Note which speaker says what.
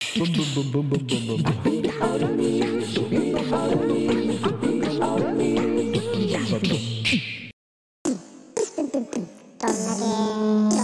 Speaker 1: 嘣嘣嘣嘣嘣嘣嘣嘣。
Speaker 2: どんだけ。